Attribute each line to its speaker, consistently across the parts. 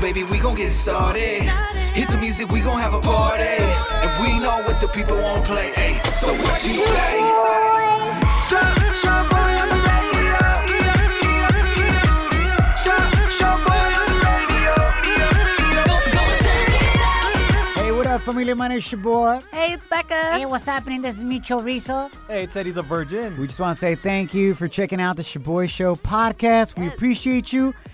Speaker 1: baby, we gon' get started. Hit the music, we gon' have a party. And we know what the people want play. Hey, so what you say?
Speaker 2: Hey, what up, family? My name's Shaboy.
Speaker 3: Hey, it's Becca.
Speaker 4: Hey, what's happening? This is Micho Rizzo.
Speaker 5: Hey, it's Eddie the Virgin.
Speaker 2: We just want to say thank you for checking out the Shaboy Show podcast. We
Speaker 3: Yes.
Speaker 2: appreciate you.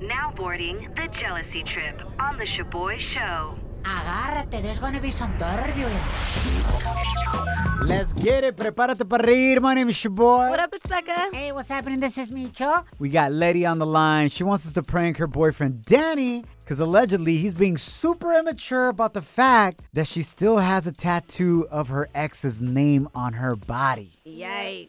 Speaker 6: Now boarding the jealousy trip on the Shaboy Show.
Speaker 4: Agárrate, there's gonna be some turbulence.
Speaker 2: Let's get it. Prepárate para reír. My name is Shaboy.
Speaker 3: What up, it's Becca.
Speaker 4: Hey, what's happening? This is Micho.
Speaker 2: We got Letty on the line. She wants us to prank her boyfriend Danny because allegedly he's being super immature about the fact that she still has a tattoo of her ex's name on her body.
Speaker 3: Yikes.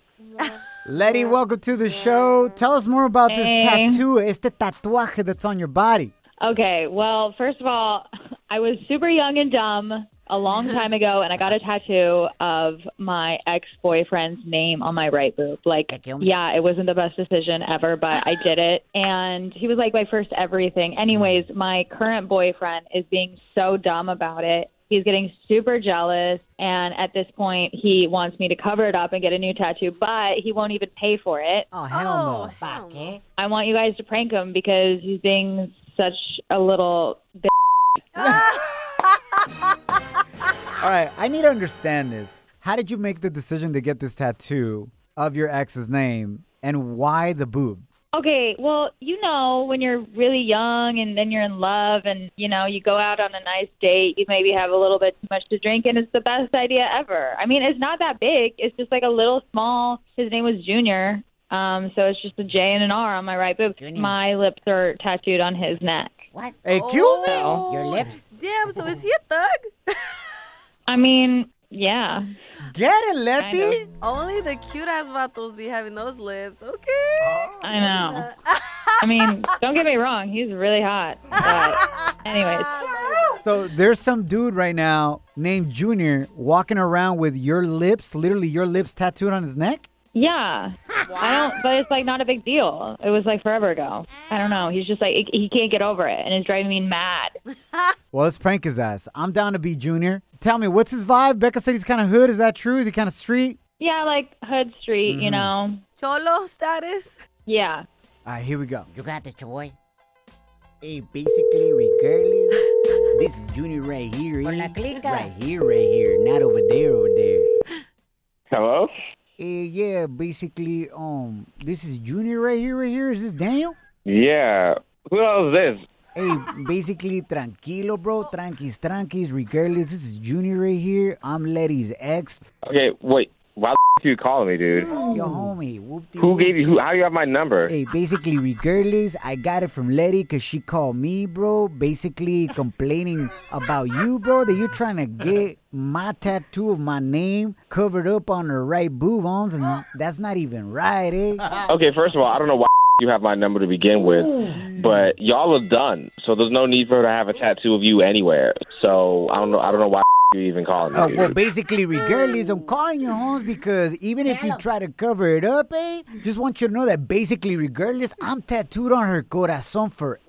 Speaker 2: Letty, welcome to the show. Tell us more about
Speaker 7: Hey.
Speaker 2: this tattoo, este tatuaje that's on your body.
Speaker 7: Okay, well, first of all, I was super young and dumb a long time ago, and I got a tattoo of my ex boyfriend's name on my right boob. Like,
Speaker 4: Thank you.
Speaker 7: yeah, it wasn't the best decision ever, but I did it. And he was like my first everything. Anyways, my current boyfriend is being so dumb about it. He's getting super jealous, and at this point, he wants me to cover it up and get a new tattoo, but he won't even pay for it.
Speaker 2: Oh, hell no.
Speaker 4: Pa' qué?
Speaker 7: I want you guys to prank him because he's being such a little
Speaker 2: All right, I need to understand this. How did you make the decision to get this tattoo of your ex's name and why the boob?
Speaker 7: Okay, well, you know, when you're really young and then you're in love and, you know, you go out on a nice date, you maybe have a little bit too much to drink, and it's the best idea ever. I mean, it's not that big. It's just like a little small. His name was Junior. Um, so it's just a J and an R on my right boob.
Speaker 4: Junior.
Speaker 7: My lips are tattooed on his neck.
Speaker 4: What?
Speaker 2: Hey, Q?
Speaker 4: Your lips?
Speaker 3: Damn, so is he a thug?
Speaker 7: I mean, yeah.
Speaker 2: Get it, Letty.
Speaker 3: Only the cute ass vatos be having those lips. Okay.
Speaker 7: I
Speaker 8: Oh.
Speaker 7: know. I mean, don't get me wrong, he's really hot. But anyways,
Speaker 2: So there's some dude right now named Junior walking around with your lips, literally your lips tattooed on his neck.
Speaker 7: yeah. I don't but it's like not a big deal. It was like forever ago. I don't know. He's just like he- he can't get over it and it's driving me mad.
Speaker 2: Well, let's prank his ass. I'm down to be Junior. Tell me, what's his vibe? Becca said he's kind of hood. Is that true? Is he kind of street?
Speaker 7: Yeah, like Hood Street, you know.
Speaker 3: Cholo status.
Speaker 7: Yeah.
Speaker 2: All right, here we go.
Speaker 4: You got this, boy.
Speaker 9: Hey, basically, regardless, this is Junior right here.
Speaker 4: Con la
Speaker 9: eh?
Speaker 4: clica.
Speaker 9: Right here, right here. Not over there, over there.
Speaker 10: Hello?
Speaker 2: Eh, yeah, basically, um, this is Junior right here, right here. Is this Daniel?
Speaker 10: Yeah. Who else is this?
Speaker 2: Hey, basically, tranquilo, bro. Tranquis, tranquis. Regardless, this is Junior right here. I'm Letty's ex.
Speaker 10: Okay, wait. Why the f- you calling me, dude?
Speaker 2: Yo, homie. whoop-de-whoop.
Speaker 10: Who gave you? Who, how do you have my number?
Speaker 2: Hey, basically, regardless, I got it from Letty because she called me, bro. Basically, complaining about you, bro, that you're trying to get my tattoo of my name covered up on her right boob bones, and that's not even right, eh?
Speaker 10: Okay, first of all, I don't know why the f- you have my number to begin with, but y'all are done, so there's no need for her to have a tattoo of you anywhere. So I don't know. I don't know why the f- you even calling
Speaker 2: Uh,
Speaker 10: me.
Speaker 2: well,
Speaker 10: dude.
Speaker 2: basically, regardless, I'm calling you, Holmes, because even if you try to cover it up, eh, just want you to know that basically, regardless, I'm tattooed on her corazon forever,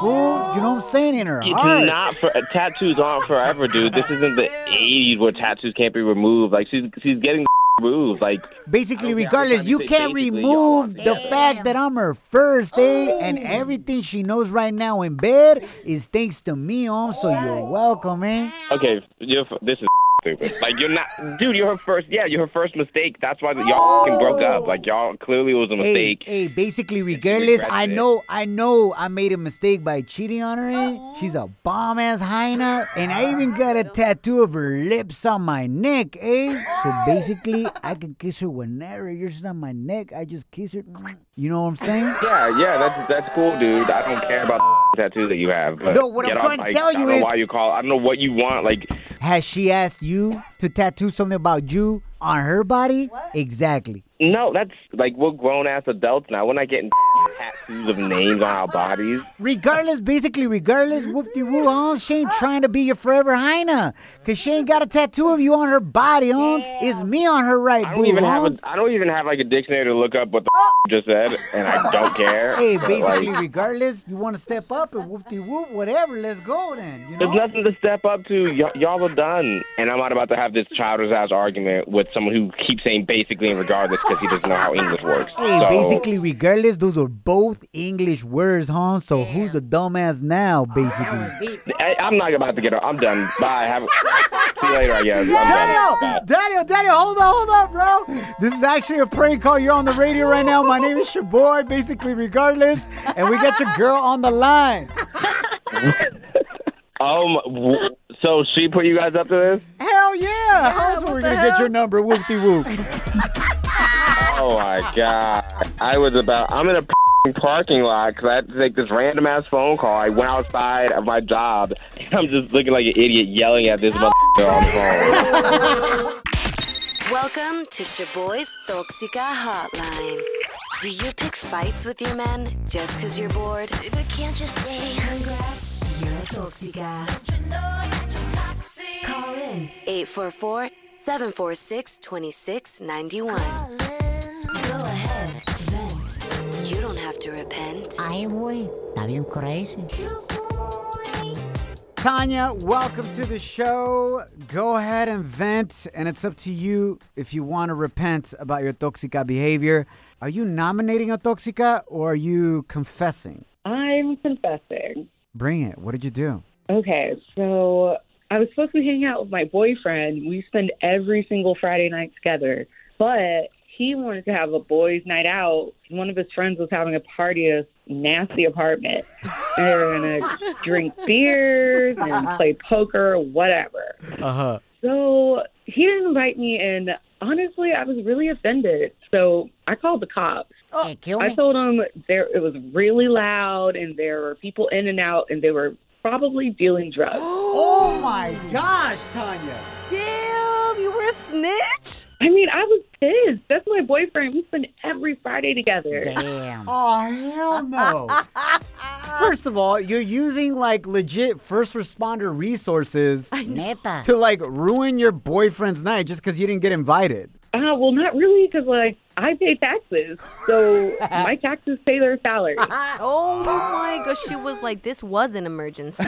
Speaker 2: fool. You know what I'm saying? In her
Speaker 10: You
Speaker 2: heart.
Speaker 10: do not for, tattoos aren't forever, dude. This isn't the '80s where tattoos can't be removed. Like she's she's getting removed. Like
Speaker 2: Basically,
Speaker 10: I don't care.
Speaker 2: regardless,
Speaker 10: I'm
Speaker 2: you
Speaker 10: trying to say
Speaker 2: can't
Speaker 10: basically,
Speaker 2: remove
Speaker 10: y'all
Speaker 2: the fact that I'm her first, eh? And everything she knows right now in bed is thanks to me, on. So you're welcome, eh?
Speaker 10: Okay, you're, f- this is stupid. Like you're not, dude. You're her first. Yeah, you're her first mistake. That's why y'all fucking broke up. Like y'all clearly it was a
Speaker 2: Hey,
Speaker 10: mistake.
Speaker 2: hey, basically, regardless, I
Speaker 10: regrets it.
Speaker 2: know, I know I made a mistake by cheating on her, eh? She's a bomb ass hyena, and I even got a tattoo of her lips on my neck, eh? So basically, I can kiss her whenever you're on my neck. I just kiss her. mm, You know what I'm saying?
Speaker 10: Yeah, yeah, that's that's cool, dude. I don't care about the tattoo that you have. But
Speaker 2: No, what I'm
Speaker 10: get off
Speaker 2: trying to
Speaker 10: my-
Speaker 2: tell you
Speaker 10: I don't
Speaker 2: is-
Speaker 10: know why you call. I don't know what you want. Like
Speaker 2: Has she asked you to tattoo something about you on her body? Exactly.
Speaker 10: No, that's like we're grown ass adults now. We're not getting tattoos of names on our bodies.
Speaker 2: Regardless, basically, regardless, whoop de woo, Hans. She ain't trying to be your forever hyena. Because she ain't got a tattoo of you on her body, Hans. It's me on her right
Speaker 10: I
Speaker 2: boob,
Speaker 10: don't even have a
Speaker 2: Hans.
Speaker 10: I don't even have like a dictionary to look up what the f- just said, and I don't care.
Speaker 2: Hey,
Speaker 10: But,
Speaker 2: basically,
Speaker 10: like,
Speaker 2: regardless, you want to step up and whoop de whoop, whatever, let's go then. You know?
Speaker 10: there's nothing to step up to. Y- y'all are done, and I'm not about to have this childish ass argument with someone who keeps saying basically and regardless because he doesn't know how English works.
Speaker 2: Hey,
Speaker 10: So-
Speaker 2: basically, regardless, those are both English words, huh? So who's the dumbass now, basically?
Speaker 10: I, I'm not about to get up. I'm done. Bye. Have a- see you later. I guess. I'm
Speaker 2: Daniel,
Speaker 10: done. Bye.
Speaker 2: Daniel, Daniel, hold on, hold on, bro. This is actually a prank call. You're on the radio right now. My name is your boy, basically, regardless, and we got your girl on the line.
Speaker 10: Oh, my, w- so she put you guys up to this?
Speaker 2: Hell yeah! How's we gonna get your number? Whoop de whoop.
Speaker 10: Oh my god! I was about. I'm in a f***ing parking lot because I had to take this random ass phone call. I went outside of my job. And I'm just looking like an idiot yelling at this motherfucker on the phone.
Speaker 3: Welcome to Shaboy's Toxica Hotline. Do you pick fights with your men just because you're bored? But can't you say congrats? You're a Toxica. Call in 844 746 2691. Go ahead, vent. You don't have to repent.
Speaker 4: Ay, güey, está bien crazy.
Speaker 2: Tanya, welcome to the show. Go ahead and vent, and it's up to you if you want to repent about your toxica behavior. Are you nominating a toxica or are you confessing?
Speaker 7: I'm confessing.
Speaker 2: Bring it. What did you do?
Speaker 7: Okay, so I was supposed to hang out with my boyfriend. We spend every single Friday night together, but he wanted to have a boys' night out. One of his friends was having a party at a nasty apartment. And they were gonna drink beers and play poker, whatever.
Speaker 2: Uh huh.
Speaker 7: So he didn't invite me, and honestly, I was really offended. So I called the cops.
Speaker 4: Hey, kill
Speaker 7: I
Speaker 4: me.
Speaker 7: told them there it was really loud and there were people in and out and they were probably dealing drugs.
Speaker 2: Oh my gosh, Tanya.
Speaker 8: Damn, you were a snitch?
Speaker 7: I mean, I was pissed. That's my boyfriend. We spend every Friday together.
Speaker 4: Damn.
Speaker 2: Oh, hell no. First of all, you're using like legit first responder resources
Speaker 4: Neta.
Speaker 2: to like ruin your boyfriend's night just because you didn't get invited.
Speaker 7: Uh, well, not really, because like I pay taxes, so my taxes pay their salary.
Speaker 8: Oh my gosh, she was like, this was an emergency.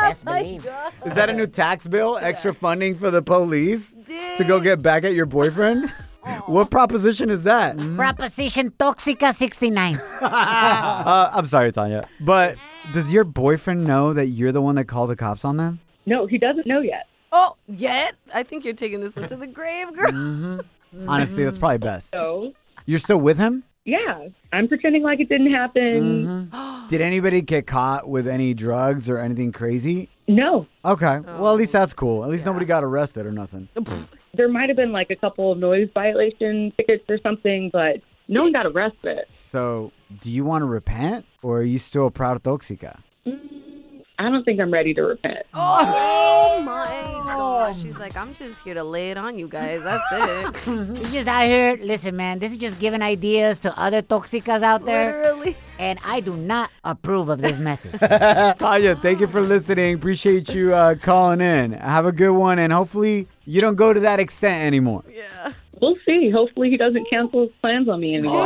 Speaker 4: Best believe.
Speaker 2: Is that a new tax bill? Extra funding for the police
Speaker 8: Dude.
Speaker 2: to go get back at your boyfriend? What proposition is that?
Speaker 4: Proposition Toxica 69.
Speaker 2: uh, I'm sorry, Tanya, but does your boyfriend know that you're the one that called the cops on them?
Speaker 7: No, he doesn't know yet.
Speaker 8: Oh, yet? I think you're taking this one to the grave, girl.
Speaker 2: Honestly, that's probably best.
Speaker 7: So
Speaker 2: You're still with him?
Speaker 7: yeah, I'm pretending like it didn't happen.
Speaker 2: Did anybody get caught with any drugs or anything crazy?
Speaker 7: No,
Speaker 2: Okay. Well, at least that's cool. At least nobody got arrested or nothing.
Speaker 7: there might have been like a couple of noise violation tickets or something, but no one got arrested.
Speaker 2: So, do you want to repent or are you still a proud toxica?
Speaker 7: I don't think I'm ready to repent.
Speaker 8: Oh my gosh. She's like, I'm just here to lay it on you guys. That's it.
Speaker 4: He's just out here. Listen, man, this is just giving ideas to other toxicas out there.
Speaker 8: Literally.
Speaker 4: And I do not approve of this message.
Speaker 2: Tanya, thank you for listening. Appreciate you uh, calling in. Have a good one, and hopefully you don't go to that extent anymore.
Speaker 7: We'll see. Hopefully, he doesn't cancel his plans on me anymore.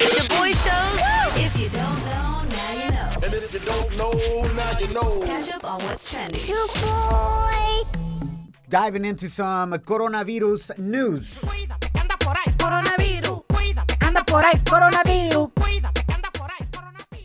Speaker 3: Shaboy shows. If you don't know, now you know.
Speaker 11: And if you don't know, now you know.
Speaker 3: Catch up on what's trending.
Speaker 2: Diving into some coronavirus news.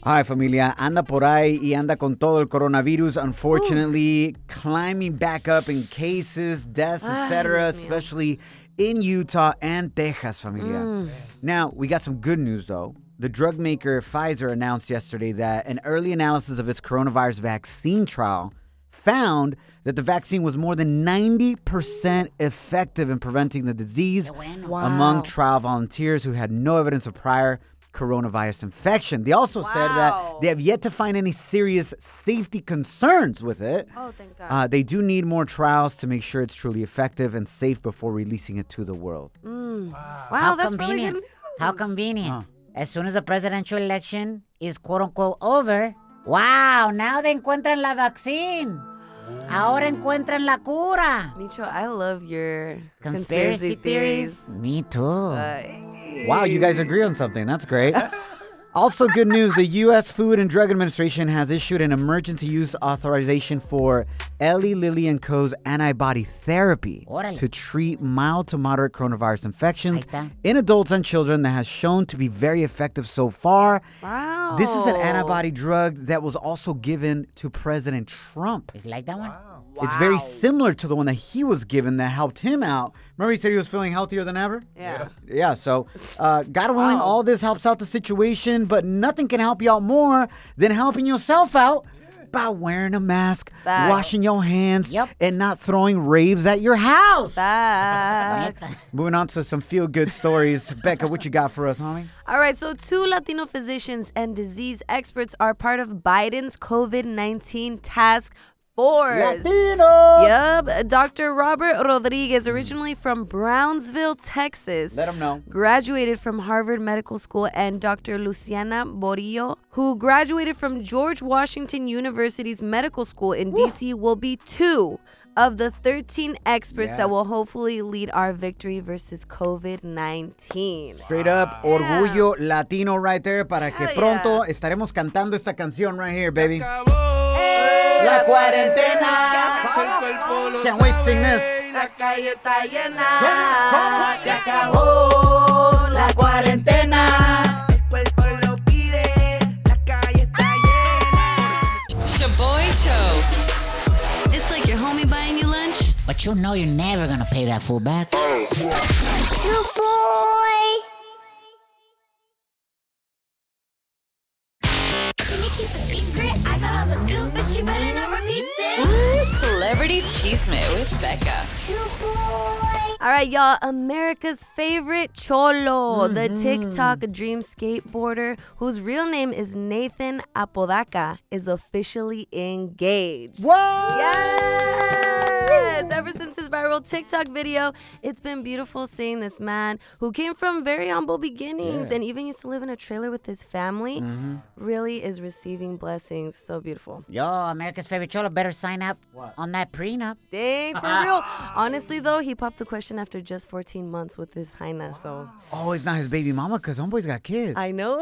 Speaker 2: All right, familia, anda por ahí y anda con todo el coronavirus. Unfortunately, climbing back up in cases, deaths, etc., especially in Utah and Texas, familia. Now, we got some good news though. The drug maker Pfizer announced yesterday that an early analysis of its coronavirus vaccine trial found that the vaccine was more than 90% effective in preventing the disease among trial volunteers who had no evidence of prior coronavirus infection. They also said that they have yet to find any serious safety concerns with it.
Speaker 3: Oh, thank God.
Speaker 2: Uh, they do need more trials to make sure it's truly effective and safe before releasing it to the world.
Speaker 3: Mm. Wow,
Speaker 4: How
Speaker 3: that's really
Speaker 4: convenient.
Speaker 3: good.
Speaker 4: How convenient. As soon as the presidential election is quote unquote over, wow, now they encuentran la vaccine. Ahora encuentran la cura.
Speaker 3: Micho, I love your
Speaker 4: Conspiracy
Speaker 3: conspiracy, theories.
Speaker 2: Me too. wow, you guys agree on something. That's great. also, good news the U.S. Food and Drug Administration has issued an emergency use authorization for Eli Lilly and Co.'s antibody therapy
Speaker 4: Órale.
Speaker 2: to treat mild to moderate coronavirus infections in adults and children that has shown to be very effective so far.
Speaker 3: Wow.
Speaker 2: This is an antibody drug that was also given to President Trump.
Speaker 4: It's like that one.
Speaker 2: It's very similar to the one that he was given that helped him out. Remember, he said he was feeling healthier than ever?
Speaker 3: Yeah.
Speaker 2: Yeah, so uh, God willing, all this helps out the situation, but nothing can help you out more than helping yourself out by wearing a mask,
Speaker 3: Facts.
Speaker 2: washing your hands, and not throwing raves at your house.
Speaker 3: Facts.
Speaker 2: Moving on to some feel good stories. Becca, what you got for us, homie?
Speaker 3: All right, so two Latino physicians and disease experts are part of Biden's COVID 19 task force.
Speaker 2: Latinos!
Speaker 3: Yep. Dr. Robert Rodriguez, originally from Brownsville, Texas.
Speaker 2: Let 'em know.
Speaker 3: Graduated from Harvard Medical School, and Dr. Luciana Borillo, who graduated from George Washington University's Medical School in DC, will be two of the 13 experts that
Speaker 2: Yes.
Speaker 3: will hopefully lead our victory versus COVID 19.
Speaker 2: Straight up, orgullo latino right there para que pronto estaremos cantando esta canción right here, baby. La Can't wait to sing this.
Speaker 3: La calle está llena. Ah, Se acabó la cuarentena.
Speaker 6: Shaboy Show.
Speaker 3: It's like your homie buying you lunch.
Speaker 4: But you know you're never gonna pay that full back.
Speaker 6: Shaboy. Celebrity Cheesemate with Becca.
Speaker 3: All right, y'all. America's favorite cholo, the TikTok dream skateboarder whose real name is Nathan Apodaca, is officially engaged.
Speaker 2: What?
Speaker 3: Yes! Ever since his viral TikTok video, it's been beautiful seeing this man who came from very humble beginnings and even used to live in a trailer with his family. Really is receiving blessings. So beautiful.
Speaker 4: Yo, America's favorite cholo better sign up on that prenup.
Speaker 3: Dang, for real. Ah. Honestly, though, he popped the question after just 14 months with his Haina. So
Speaker 2: Oh, it's not his baby mama because homeboy's got kids.
Speaker 3: I know.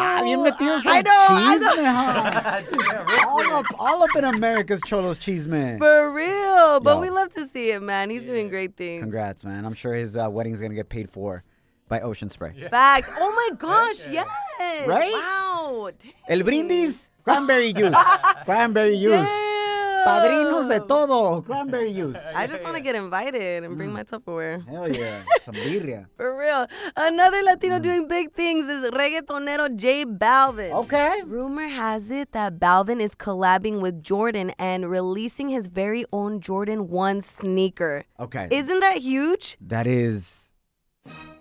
Speaker 2: Ah, bien metidos
Speaker 3: I
Speaker 2: en
Speaker 3: know, I
Speaker 2: chisme, huh? all, up, all up in America's Cholos cheese man.
Speaker 3: For real. But
Speaker 2: Yo.
Speaker 3: we love to see it, man. He's doing great things.
Speaker 2: Congrats, man. I'm sure his uh, wedding's going to get paid for by Ocean Spray.
Speaker 3: Facts. Oh my gosh, yes.
Speaker 2: Right?
Speaker 3: Wow. Dang.
Speaker 2: El brindis, cranberry juice. cranberry juice. Padrinos de todo, cranberry juice.
Speaker 3: I just want to get invited and bring my Tupperware.
Speaker 2: Hell yeah. Some birria.
Speaker 3: For real. Another Latino doing big things is reggaetonero J Balvin.
Speaker 2: Okay.
Speaker 3: Rumor has it that Balvin is collabing with Jordan and releasing his very own Jordan 1 sneaker.
Speaker 2: Okay.
Speaker 3: Isn't that huge?
Speaker 2: that is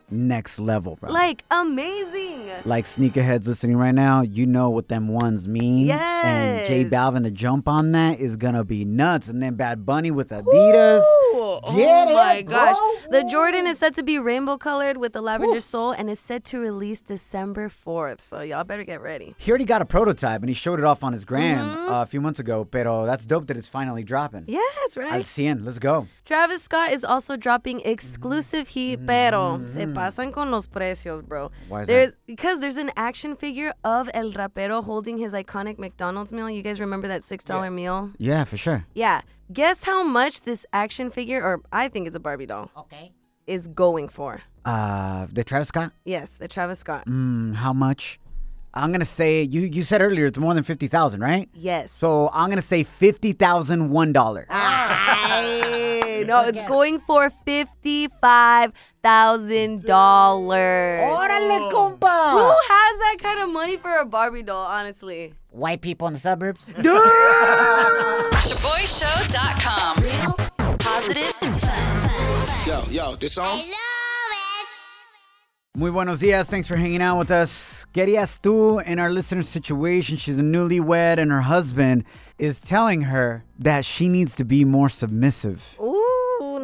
Speaker 2: next level, bro.
Speaker 3: Like amazing.
Speaker 2: like sneakerheads listening right now, you know what them ones mean. And J
Speaker 3: Yes.
Speaker 2: Balvin to jump on that is gonna be nuts. And then Bad Bunny with Adidas.
Speaker 3: Ooh,
Speaker 2: Get
Speaker 3: oh my
Speaker 2: it,
Speaker 3: gosh.
Speaker 2: bro.
Speaker 3: The Jordan is set to be rainbow colored with a lavender sole and is set to release December 4th. So y'all better get ready.
Speaker 2: He already got a prototype and he showed it off on his gram uh, a few months ago. Pero that's dope that it's finally dropping.
Speaker 3: Yes,
Speaker 2: Al
Speaker 3: right?
Speaker 2: 100, let's go.
Speaker 3: Travis Scott is also dropping exclusive
Speaker 2: Mm-hmm.
Speaker 3: heat, pero se pasan con los precios, bro.
Speaker 2: Why is
Speaker 3: there's, Because there's an action figure of El Rapero holding his iconic McDonald's meal. You guys remember that $6 meal?
Speaker 2: Yeah, for sure.
Speaker 3: Yeah. Guess how much this action figure, or I think it's a Barbie doll,
Speaker 4: Okay.
Speaker 3: is going for.
Speaker 2: Uh, the Travis Scott.
Speaker 3: Yes, the Travis Scott.
Speaker 2: Mm, how much? I'm gonna say you. You said earlier it's more than fifty thousand, right?
Speaker 3: Yes.
Speaker 2: So I'm gonna say fifty thousand one dollar.
Speaker 3: Ay, no, it's going for fifty-five thousand dollars.
Speaker 2: Órale,
Speaker 3: Who
Speaker 2: compa.
Speaker 3: has that kind of money for a Barbie doll? Honestly,
Speaker 4: White people in the suburbs.
Speaker 6: ShaboyShow.com. Real, positive, fun.
Speaker 12: Yo, yo, this song?
Speaker 2: Muy buenos dias. Thanks for hanging out with us. Getty Astu in our listener's situation, she's a newlywed and her husband is telling her that she needs to be more submissive.
Speaker 3: Ooh,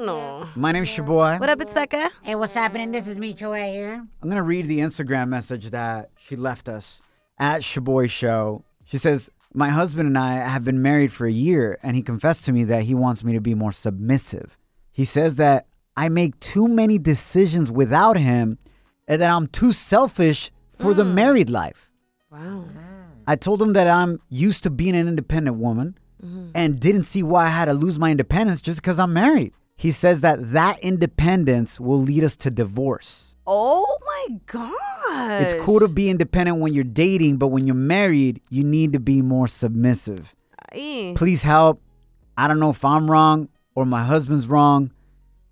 Speaker 3: no.
Speaker 2: My name's Shaboy.
Speaker 3: What up, it's Becca?
Speaker 4: Hey, what's happening? This is Micho right here.
Speaker 2: I'm gonna read the Instagram message that she left us at Shaboy Show. She says, My husband and I have been married for a year, and he confessed to me that he wants me to be more submissive. He says that I make too many decisions without him and that I'm too selfish for the married life.
Speaker 3: Wow.
Speaker 2: I told him that I'm used to being an independent woman and didn't see why I had to lose my independence just because I'm married. He says that that independence will lead us to divorce.
Speaker 3: Oh my god.
Speaker 2: It's cool to be independent when you're dating, but when you're married, you need to be more submissive.
Speaker 3: Ay.
Speaker 2: Please help. I don't know if I'm wrong or my husband's wrong.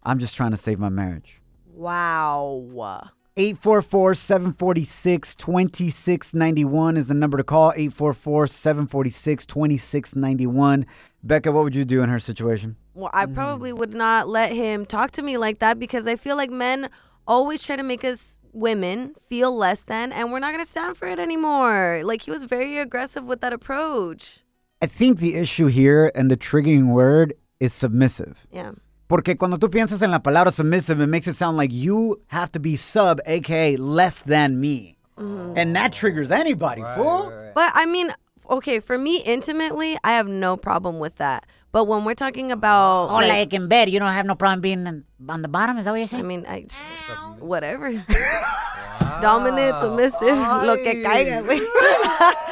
Speaker 2: I'm just trying to save my marriage.
Speaker 3: Wow.
Speaker 2: 844 746 2691 is the number to call. 844 746 2691. Becca, what would you do in her situation?
Speaker 3: Well, I probably would not let him talk to me like that because I feel like men always try to make us women feel less than, and we're not going to stand for it anymore. Like, he was very aggressive with that approach.
Speaker 2: I think the issue here and the triggering word is submissive.
Speaker 3: Yeah.
Speaker 2: Porque cuando tú piensas en la palabra submissive, it makes it sound like you have to be sub, aka less than me.
Speaker 3: Mm-hmm.
Speaker 2: And that triggers anybody, fool.
Speaker 3: But I mean, okay, for me intimately, I have no problem with that. But when we're talking about.
Speaker 4: Oh, like in bed, you don't have no problem being on- on the bottom. Is that what you're
Speaker 3: I
Speaker 4: saying?
Speaker 3: mean, I whatever. Dominant, submissive, lo que caiga, güey.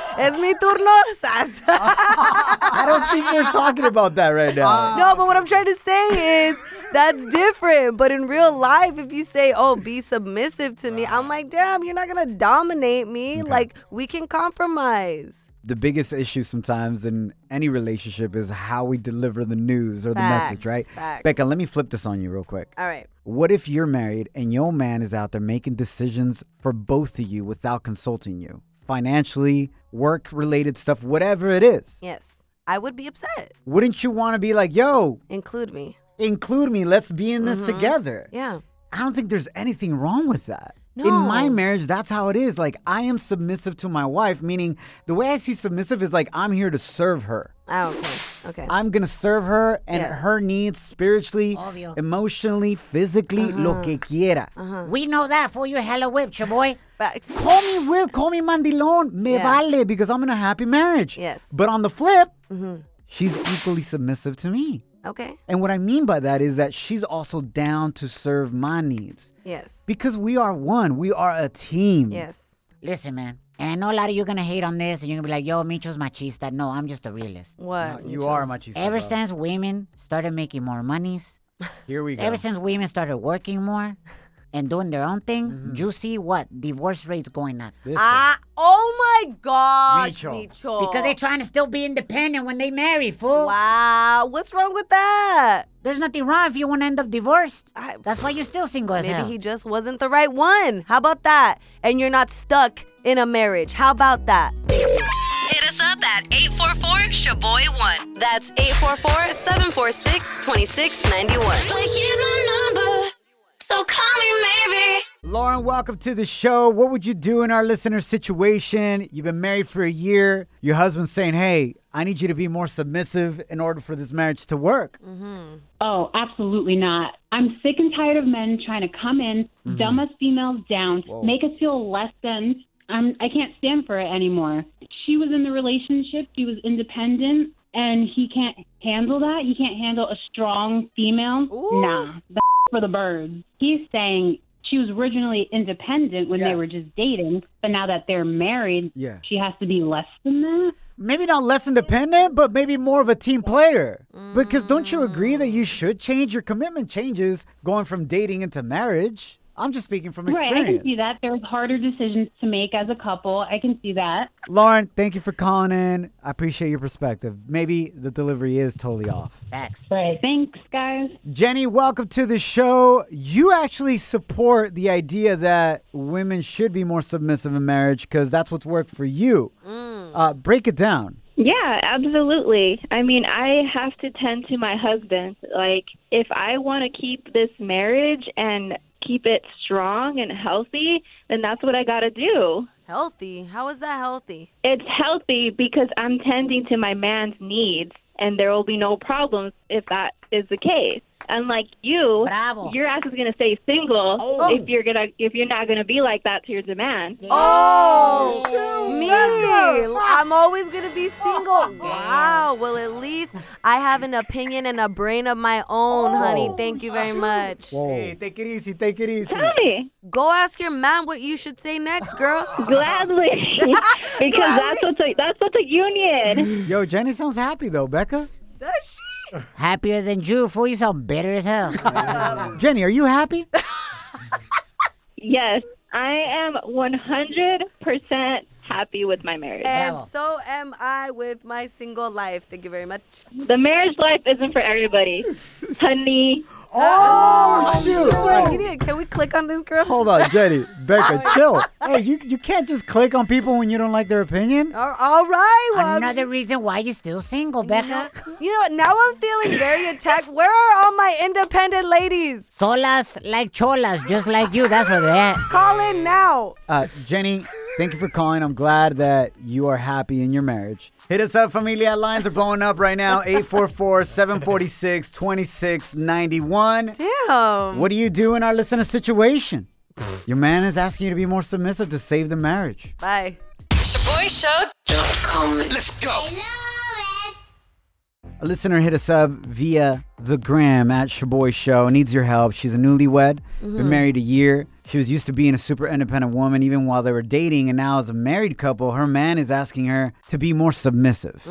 Speaker 3: es mi turno, sas.
Speaker 2: I don't think we're talking about that right now.
Speaker 3: no, but what I'm trying to say is that's different. But in real life, if you say, "Oh, be submissive to me," I'm like, "Damn, you're not gonna dominate me. Like, we can compromise."
Speaker 2: the biggest issue sometimes in any relationship is how we deliver the news or the message,
Speaker 3: Facts,
Speaker 2: right?
Speaker 3: facts.
Speaker 2: Becca, let me flip this on you real quick.
Speaker 3: All right.
Speaker 2: What if you're married and your man is out there making decisions for both of you without consulting you? Financially, work related stuff, whatever it is.
Speaker 3: Yes, I would be upset.
Speaker 2: Wouldn't you want to be like, yo,
Speaker 3: Include me.
Speaker 2: include me, let's be in
Speaker 3: Mm-hmm.
Speaker 2: this together?
Speaker 3: Yeah.
Speaker 2: I don't think there's anything wrong with that. In
Speaker 3: No.
Speaker 2: my marriage, that's how it is. Like, I am submissive to my wife, meaning the way I see submissive is like, I'm here to serve her.
Speaker 3: Oh, okay. Okay.
Speaker 2: I'm gonna serve her and
Speaker 3: Yes.
Speaker 2: her needs spiritually,
Speaker 4: Obvio.
Speaker 2: emotionally, physically,
Speaker 3: Uh-huh.
Speaker 2: lo que quiera.
Speaker 4: We know that for you, hella whipped, your boy.
Speaker 3: Facts.
Speaker 2: Call me whip, call me mandilon, me
Speaker 3: Yeah.
Speaker 2: vale, because I'm in a happy marriage.
Speaker 3: Yes. Mm-hmm.
Speaker 2: But on the flip, she's equally submissive to me.
Speaker 3: Okay.
Speaker 2: And what I mean by that is that she's also down to serve my needs
Speaker 3: Yes.
Speaker 2: because we are one, we are a team. Uh,
Speaker 3: Yes.
Speaker 4: Listen, man. And I know a lot of you are going to hate on this and you're going to be like, yo, Micho's machista. No, I'm just a realist.
Speaker 3: What?
Speaker 2: You are machista.
Speaker 4: Ever
Speaker 2: bro.
Speaker 4: since women started making more monies,
Speaker 2: Here we go.
Speaker 4: ever since women started working more and doing their own thing, you see what? Divorce rates going up.
Speaker 3: Ah, oh my gosh,
Speaker 2: Nicho.
Speaker 3: Nicho.
Speaker 4: Because they're trying to still be independent when they marry, fool.
Speaker 3: Wow, what's wrong with that?
Speaker 4: There's nothing wrong if you want to end up divorced.
Speaker 3: I-
Speaker 4: That's why you're still single as
Speaker 3: Maybe
Speaker 4: hell.
Speaker 3: he just wasn't the right one. How about that? And you're not stuck in a marriage. How about that?
Speaker 6: Hit us up at 844 Shaboy1. That's 844 746 2691. Like, here's my number. So call me, maybe.
Speaker 2: Lauren, welcome to the show. What would you do in our listener situation? You've been married for a year. Your husband's saying, "Hey, I need you to be more submissive in order for this marriage to work."
Speaker 12: Oh, absolutely not. I'm sick and tired of men trying to come in,
Speaker 2: Mm-hmm.
Speaker 12: dumb us females down, make us feel less than. I'm, I can't stand for it anymore. She was in the relationship, she was independent, and he can't handle that. He can't handle a strong female.
Speaker 3: Ooh.
Speaker 12: Nah, the for the birds. He's saying she was originally independent when
Speaker 2: Yeah.
Speaker 12: they were just dating, but now that they're married,
Speaker 2: Yeah.
Speaker 12: she has to be less than that.
Speaker 2: Maybe not less independent, but maybe more of a team player. Because don't you agree that
Speaker 12: Mm.
Speaker 2: you should change your commitment changes going from dating into marriage? I'm just speaking from experience.
Speaker 12: Right, I can see that. There's harder decisions to make as a couple. I can see that.
Speaker 2: Lauren, thank you for calling in. I appreciate your perspective. Maybe the delivery is totally off.
Speaker 4: Facts.
Speaker 12: Right. Thanks, guys.
Speaker 2: Jenny, welcome to the show. You actually support the idea that women should be more submissive in marriage because that's what's worked for you.
Speaker 12: Mm.
Speaker 2: Uh, break it down.
Speaker 7: Yeah, absolutely. I mean, I have to tend to my husband. Like, if I want to keep this marriage and keep it strong and healthy, then that's what I got to do.
Speaker 8: Healthy. How is that healthy?
Speaker 7: It's healthy because I'm tending to my man's needs, and there will be no problems if that is the case. Unlike you, your ass is gonna stay single if you're gonna if you're not gonna be like that to your demand.
Speaker 8: Oh, me. I'm always going to be single. Wow. Well, at least I have an opinion and a brain of my own, honey. Thank you very much.
Speaker 2: Hey, take it easy, take it easy.
Speaker 8: Go ask your man what you should say next, girl.
Speaker 7: Gladly. because that's what's a, that's what's a union.
Speaker 2: Yo, Jenny sounds happy though, Becca.
Speaker 8: Does
Speaker 4: Happier than Jew, fool. You sound bitter as hell.
Speaker 8: Um,
Speaker 2: Jenny, are you happy?
Speaker 7: Yes, I am 100% happy with my marriage.
Speaker 8: And so am I with my single life. Thank you very much.
Speaker 7: the marriage life isn't for everybody, honey.
Speaker 2: Oh, shoot.
Speaker 8: Wait, you didn't- Can we click on this girl?
Speaker 2: Hold on, Jenny. Becca, chill. Hey, you, you can't just click on people when you don't like their opinion.
Speaker 8: All right. Well, I'm
Speaker 4: Another reason why you're still single, Becca.
Speaker 8: You know, now I'm feeling very attacked. Where are all my independent ladies?
Speaker 4: Solas like cholas, just like you. That's where they're at.
Speaker 8: Call in now.
Speaker 2: Uh, Jenny, thank you for calling. I'm glad that you are happy in your marriage. Hit us up, familia. Lines are blowing up right now. 844-746-2691.
Speaker 8: Damn.
Speaker 2: What do you do in our listener situation? Your man is asking you to be more submissive to save the marriage.
Speaker 8: Bye.
Speaker 3: ShaboyShow.com. Let's go.
Speaker 2: A listener hit us up via the gram at Shaboy Show. Needs your help. She's a newlywed,
Speaker 13: Mhm.
Speaker 2: been married a year. She was used to being a super independent woman even while they were dating, and now as a married couple, her man is asking her to be more submissive.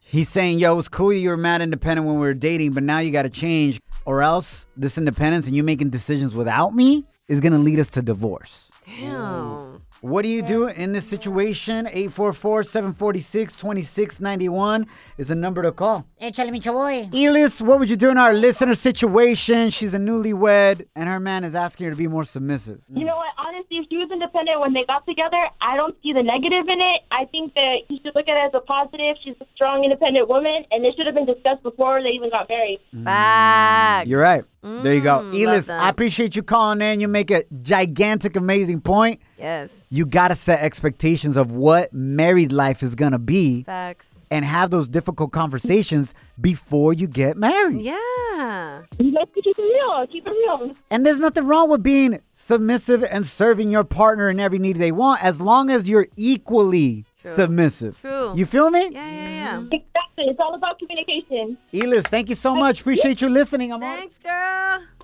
Speaker 2: He's saying, Yo, it's cool you were mad independent when we were dating, but now you gotta change, or else this independence and you making decisions without me is gonna lead us to divorce.
Speaker 8: Damn.
Speaker 2: What do you do in this situation? 844 746 2691 is the number to call.
Speaker 4: Échale, mi chavoy.
Speaker 2: Elis, what would you do in our listener situation? She's a newlywed, and her man is asking her to be more submissive.
Speaker 7: You know what? Honestly, if she was independent when they got together, I don't see the negative in it. I think that you should look at it as a positive. She's a strong, independent woman, and this should have been discussed before they even got married.
Speaker 8: Facts.
Speaker 2: You're right. there you go.
Speaker 8: Mm,
Speaker 2: Elis,
Speaker 8: love
Speaker 2: I appreciate you calling in. You make a gigantic, amazing point.
Speaker 8: Yes.
Speaker 2: You got to set expectations of what married life is going to be
Speaker 8: Facts.
Speaker 2: and have those difficult conversations before you get married.
Speaker 8: Yeah.
Speaker 7: You guys should keep it real. Keep it real.
Speaker 2: And there's nothing wrong with being submissive and serving your partner in every need they want as long as you're equally submissive.
Speaker 7: True.
Speaker 2: You feel me?
Speaker 8: Yeah, yeah.
Speaker 7: Exactly. It's all about communication.
Speaker 2: Elis, thank you so much. Appreciate you listening. I'm on.
Speaker 8: Thanks, girl.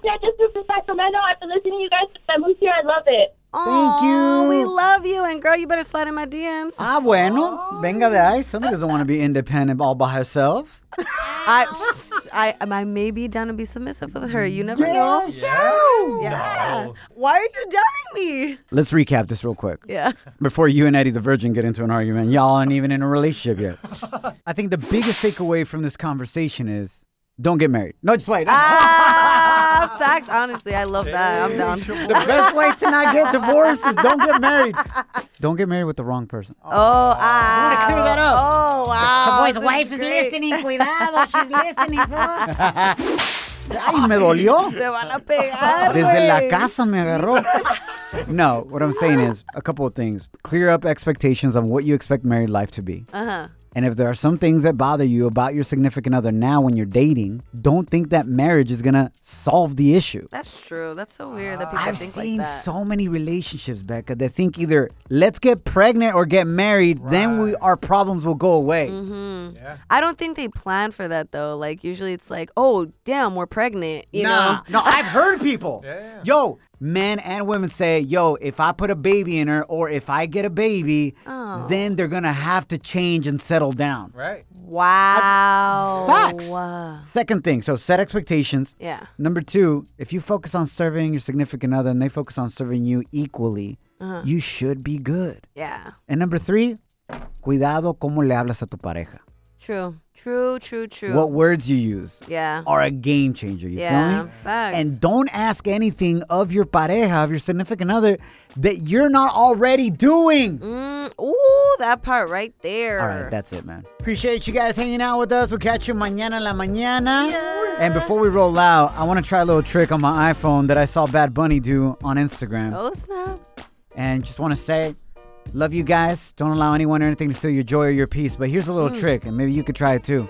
Speaker 7: Yeah, just moved to Sacramento. I've been listening to you guys since I moved here. I love it.
Speaker 8: Aw,
Speaker 2: you.
Speaker 8: We love you. And girl, you better slide in my DMs.
Speaker 2: Ah, bueno. Venga de ahí. Somebody doesn't want to be independent all by herself.
Speaker 8: I, psst, I, I may be down to be submissive with her. You never
Speaker 2: Yeah,
Speaker 8: know.
Speaker 2: sure.
Speaker 8: Yeah. Why are you doubting me?
Speaker 2: Let's recap this real quick.
Speaker 8: Yeah.
Speaker 2: Before you and Eddie the Virgin get into an argument, y'all aren't even in a relationship yet. I think the biggest takeaway from this conversation is don't get married. No, just wait.
Speaker 8: Ah, facts. Honestly, I love that. I'm down.
Speaker 2: The best way to not get divorced is don't get married. Don't get married with the wrong person.
Speaker 8: Oh, I
Speaker 4: want to clear that
Speaker 8: up. Oh, wow.
Speaker 4: Chavoy's
Speaker 8: This is
Speaker 4: wife is
Speaker 8: great.
Speaker 4: listening. Cuidado, she's listening, fool.
Speaker 2: Ay, me dolió.
Speaker 8: Te van a pegar.
Speaker 2: Desde la
Speaker 8: güey.
Speaker 2: casa me agarró. No, what I'm saying is a couple of things. Clear up expectations on what you expect married life to be.
Speaker 8: Uh-huh.
Speaker 2: And if there are some things that bother you about your significant other now when you're dating, don't think that marriage is going to solve the issue.
Speaker 8: That's true. That's so weird that people
Speaker 2: I've
Speaker 8: think
Speaker 2: seen
Speaker 8: like that.
Speaker 2: so many relationships, Becca, that think either let's get pregnant or get married, then we our problems will go away.
Speaker 8: hmm I don't think they plan for that though. Like usually it's like, oh damn, we're pregnant. You
Speaker 2: nah,
Speaker 8: know?
Speaker 2: no, I've heard people. Yo, men and women say, yo, if I put a baby in her or if I get a baby,
Speaker 8: Oh.
Speaker 2: then they're gonna have to change and settle down.
Speaker 14: Right.
Speaker 8: Wow.
Speaker 2: Facts.
Speaker 8: Wow.
Speaker 2: Second thing, so set expectations.
Speaker 8: Yeah.
Speaker 2: Number two, if you focus on serving your significant other and they focus on serving you equally,
Speaker 8: Uh-huh.
Speaker 2: you should be good.
Speaker 8: Yeah.
Speaker 2: And number three, cuidado cómo le hablas a tu pareja.
Speaker 8: True. True. True. True.
Speaker 2: What words you use
Speaker 8: Yeah.
Speaker 2: are a game changer. You
Speaker 8: Yeah,
Speaker 2: feel me?
Speaker 8: facts.
Speaker 2: And don't ask anything of your pareja, of your significant other, that you're not already doing.
Speaker 8: Mm, ooh, that part right there.
Speaker 2: All right, that's it, man. Appreciate you guys hanging out with us. We'll catch you mañana la mañana. And before we roll out, I want to try a little trick on my iPhone that I saw Bad Bunny do on Instagram.
Speaker 8: Oh snap.
Speaker 2: And just want to say, Love you guys. Don't allow anyone or anything to steal your joy or your peace. But here's a little
Speaker 15: Mm.
Speaker 2: trick, and maybe you could try it too.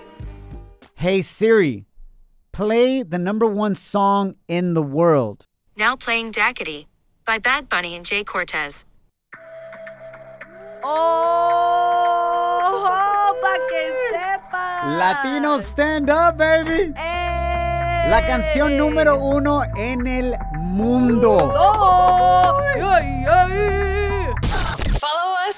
Speaker 2: Hey Siri, play the number one song in the world.
Speaker 7: Now playing Dackety by Bad Bunny and Jay Cortez.
Speaker 8: Oh, pa que sepa.
Speaker 2: Latinos stand up, baby. La canción número uno en el mundo.
Speaker 16: Follow us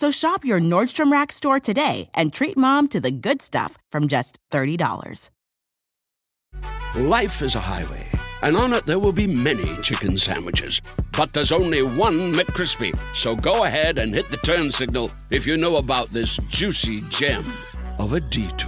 Speaker 4: So shop your Nordstrom Rack store today and treat mom to the good stuff from just $30.
Speaker 17: Life is a highway, and on it there will be many chicken sandwiches. But there's only one McCrispy. So go ahead and hit the turn signal if you know about this juicy gem of a detour.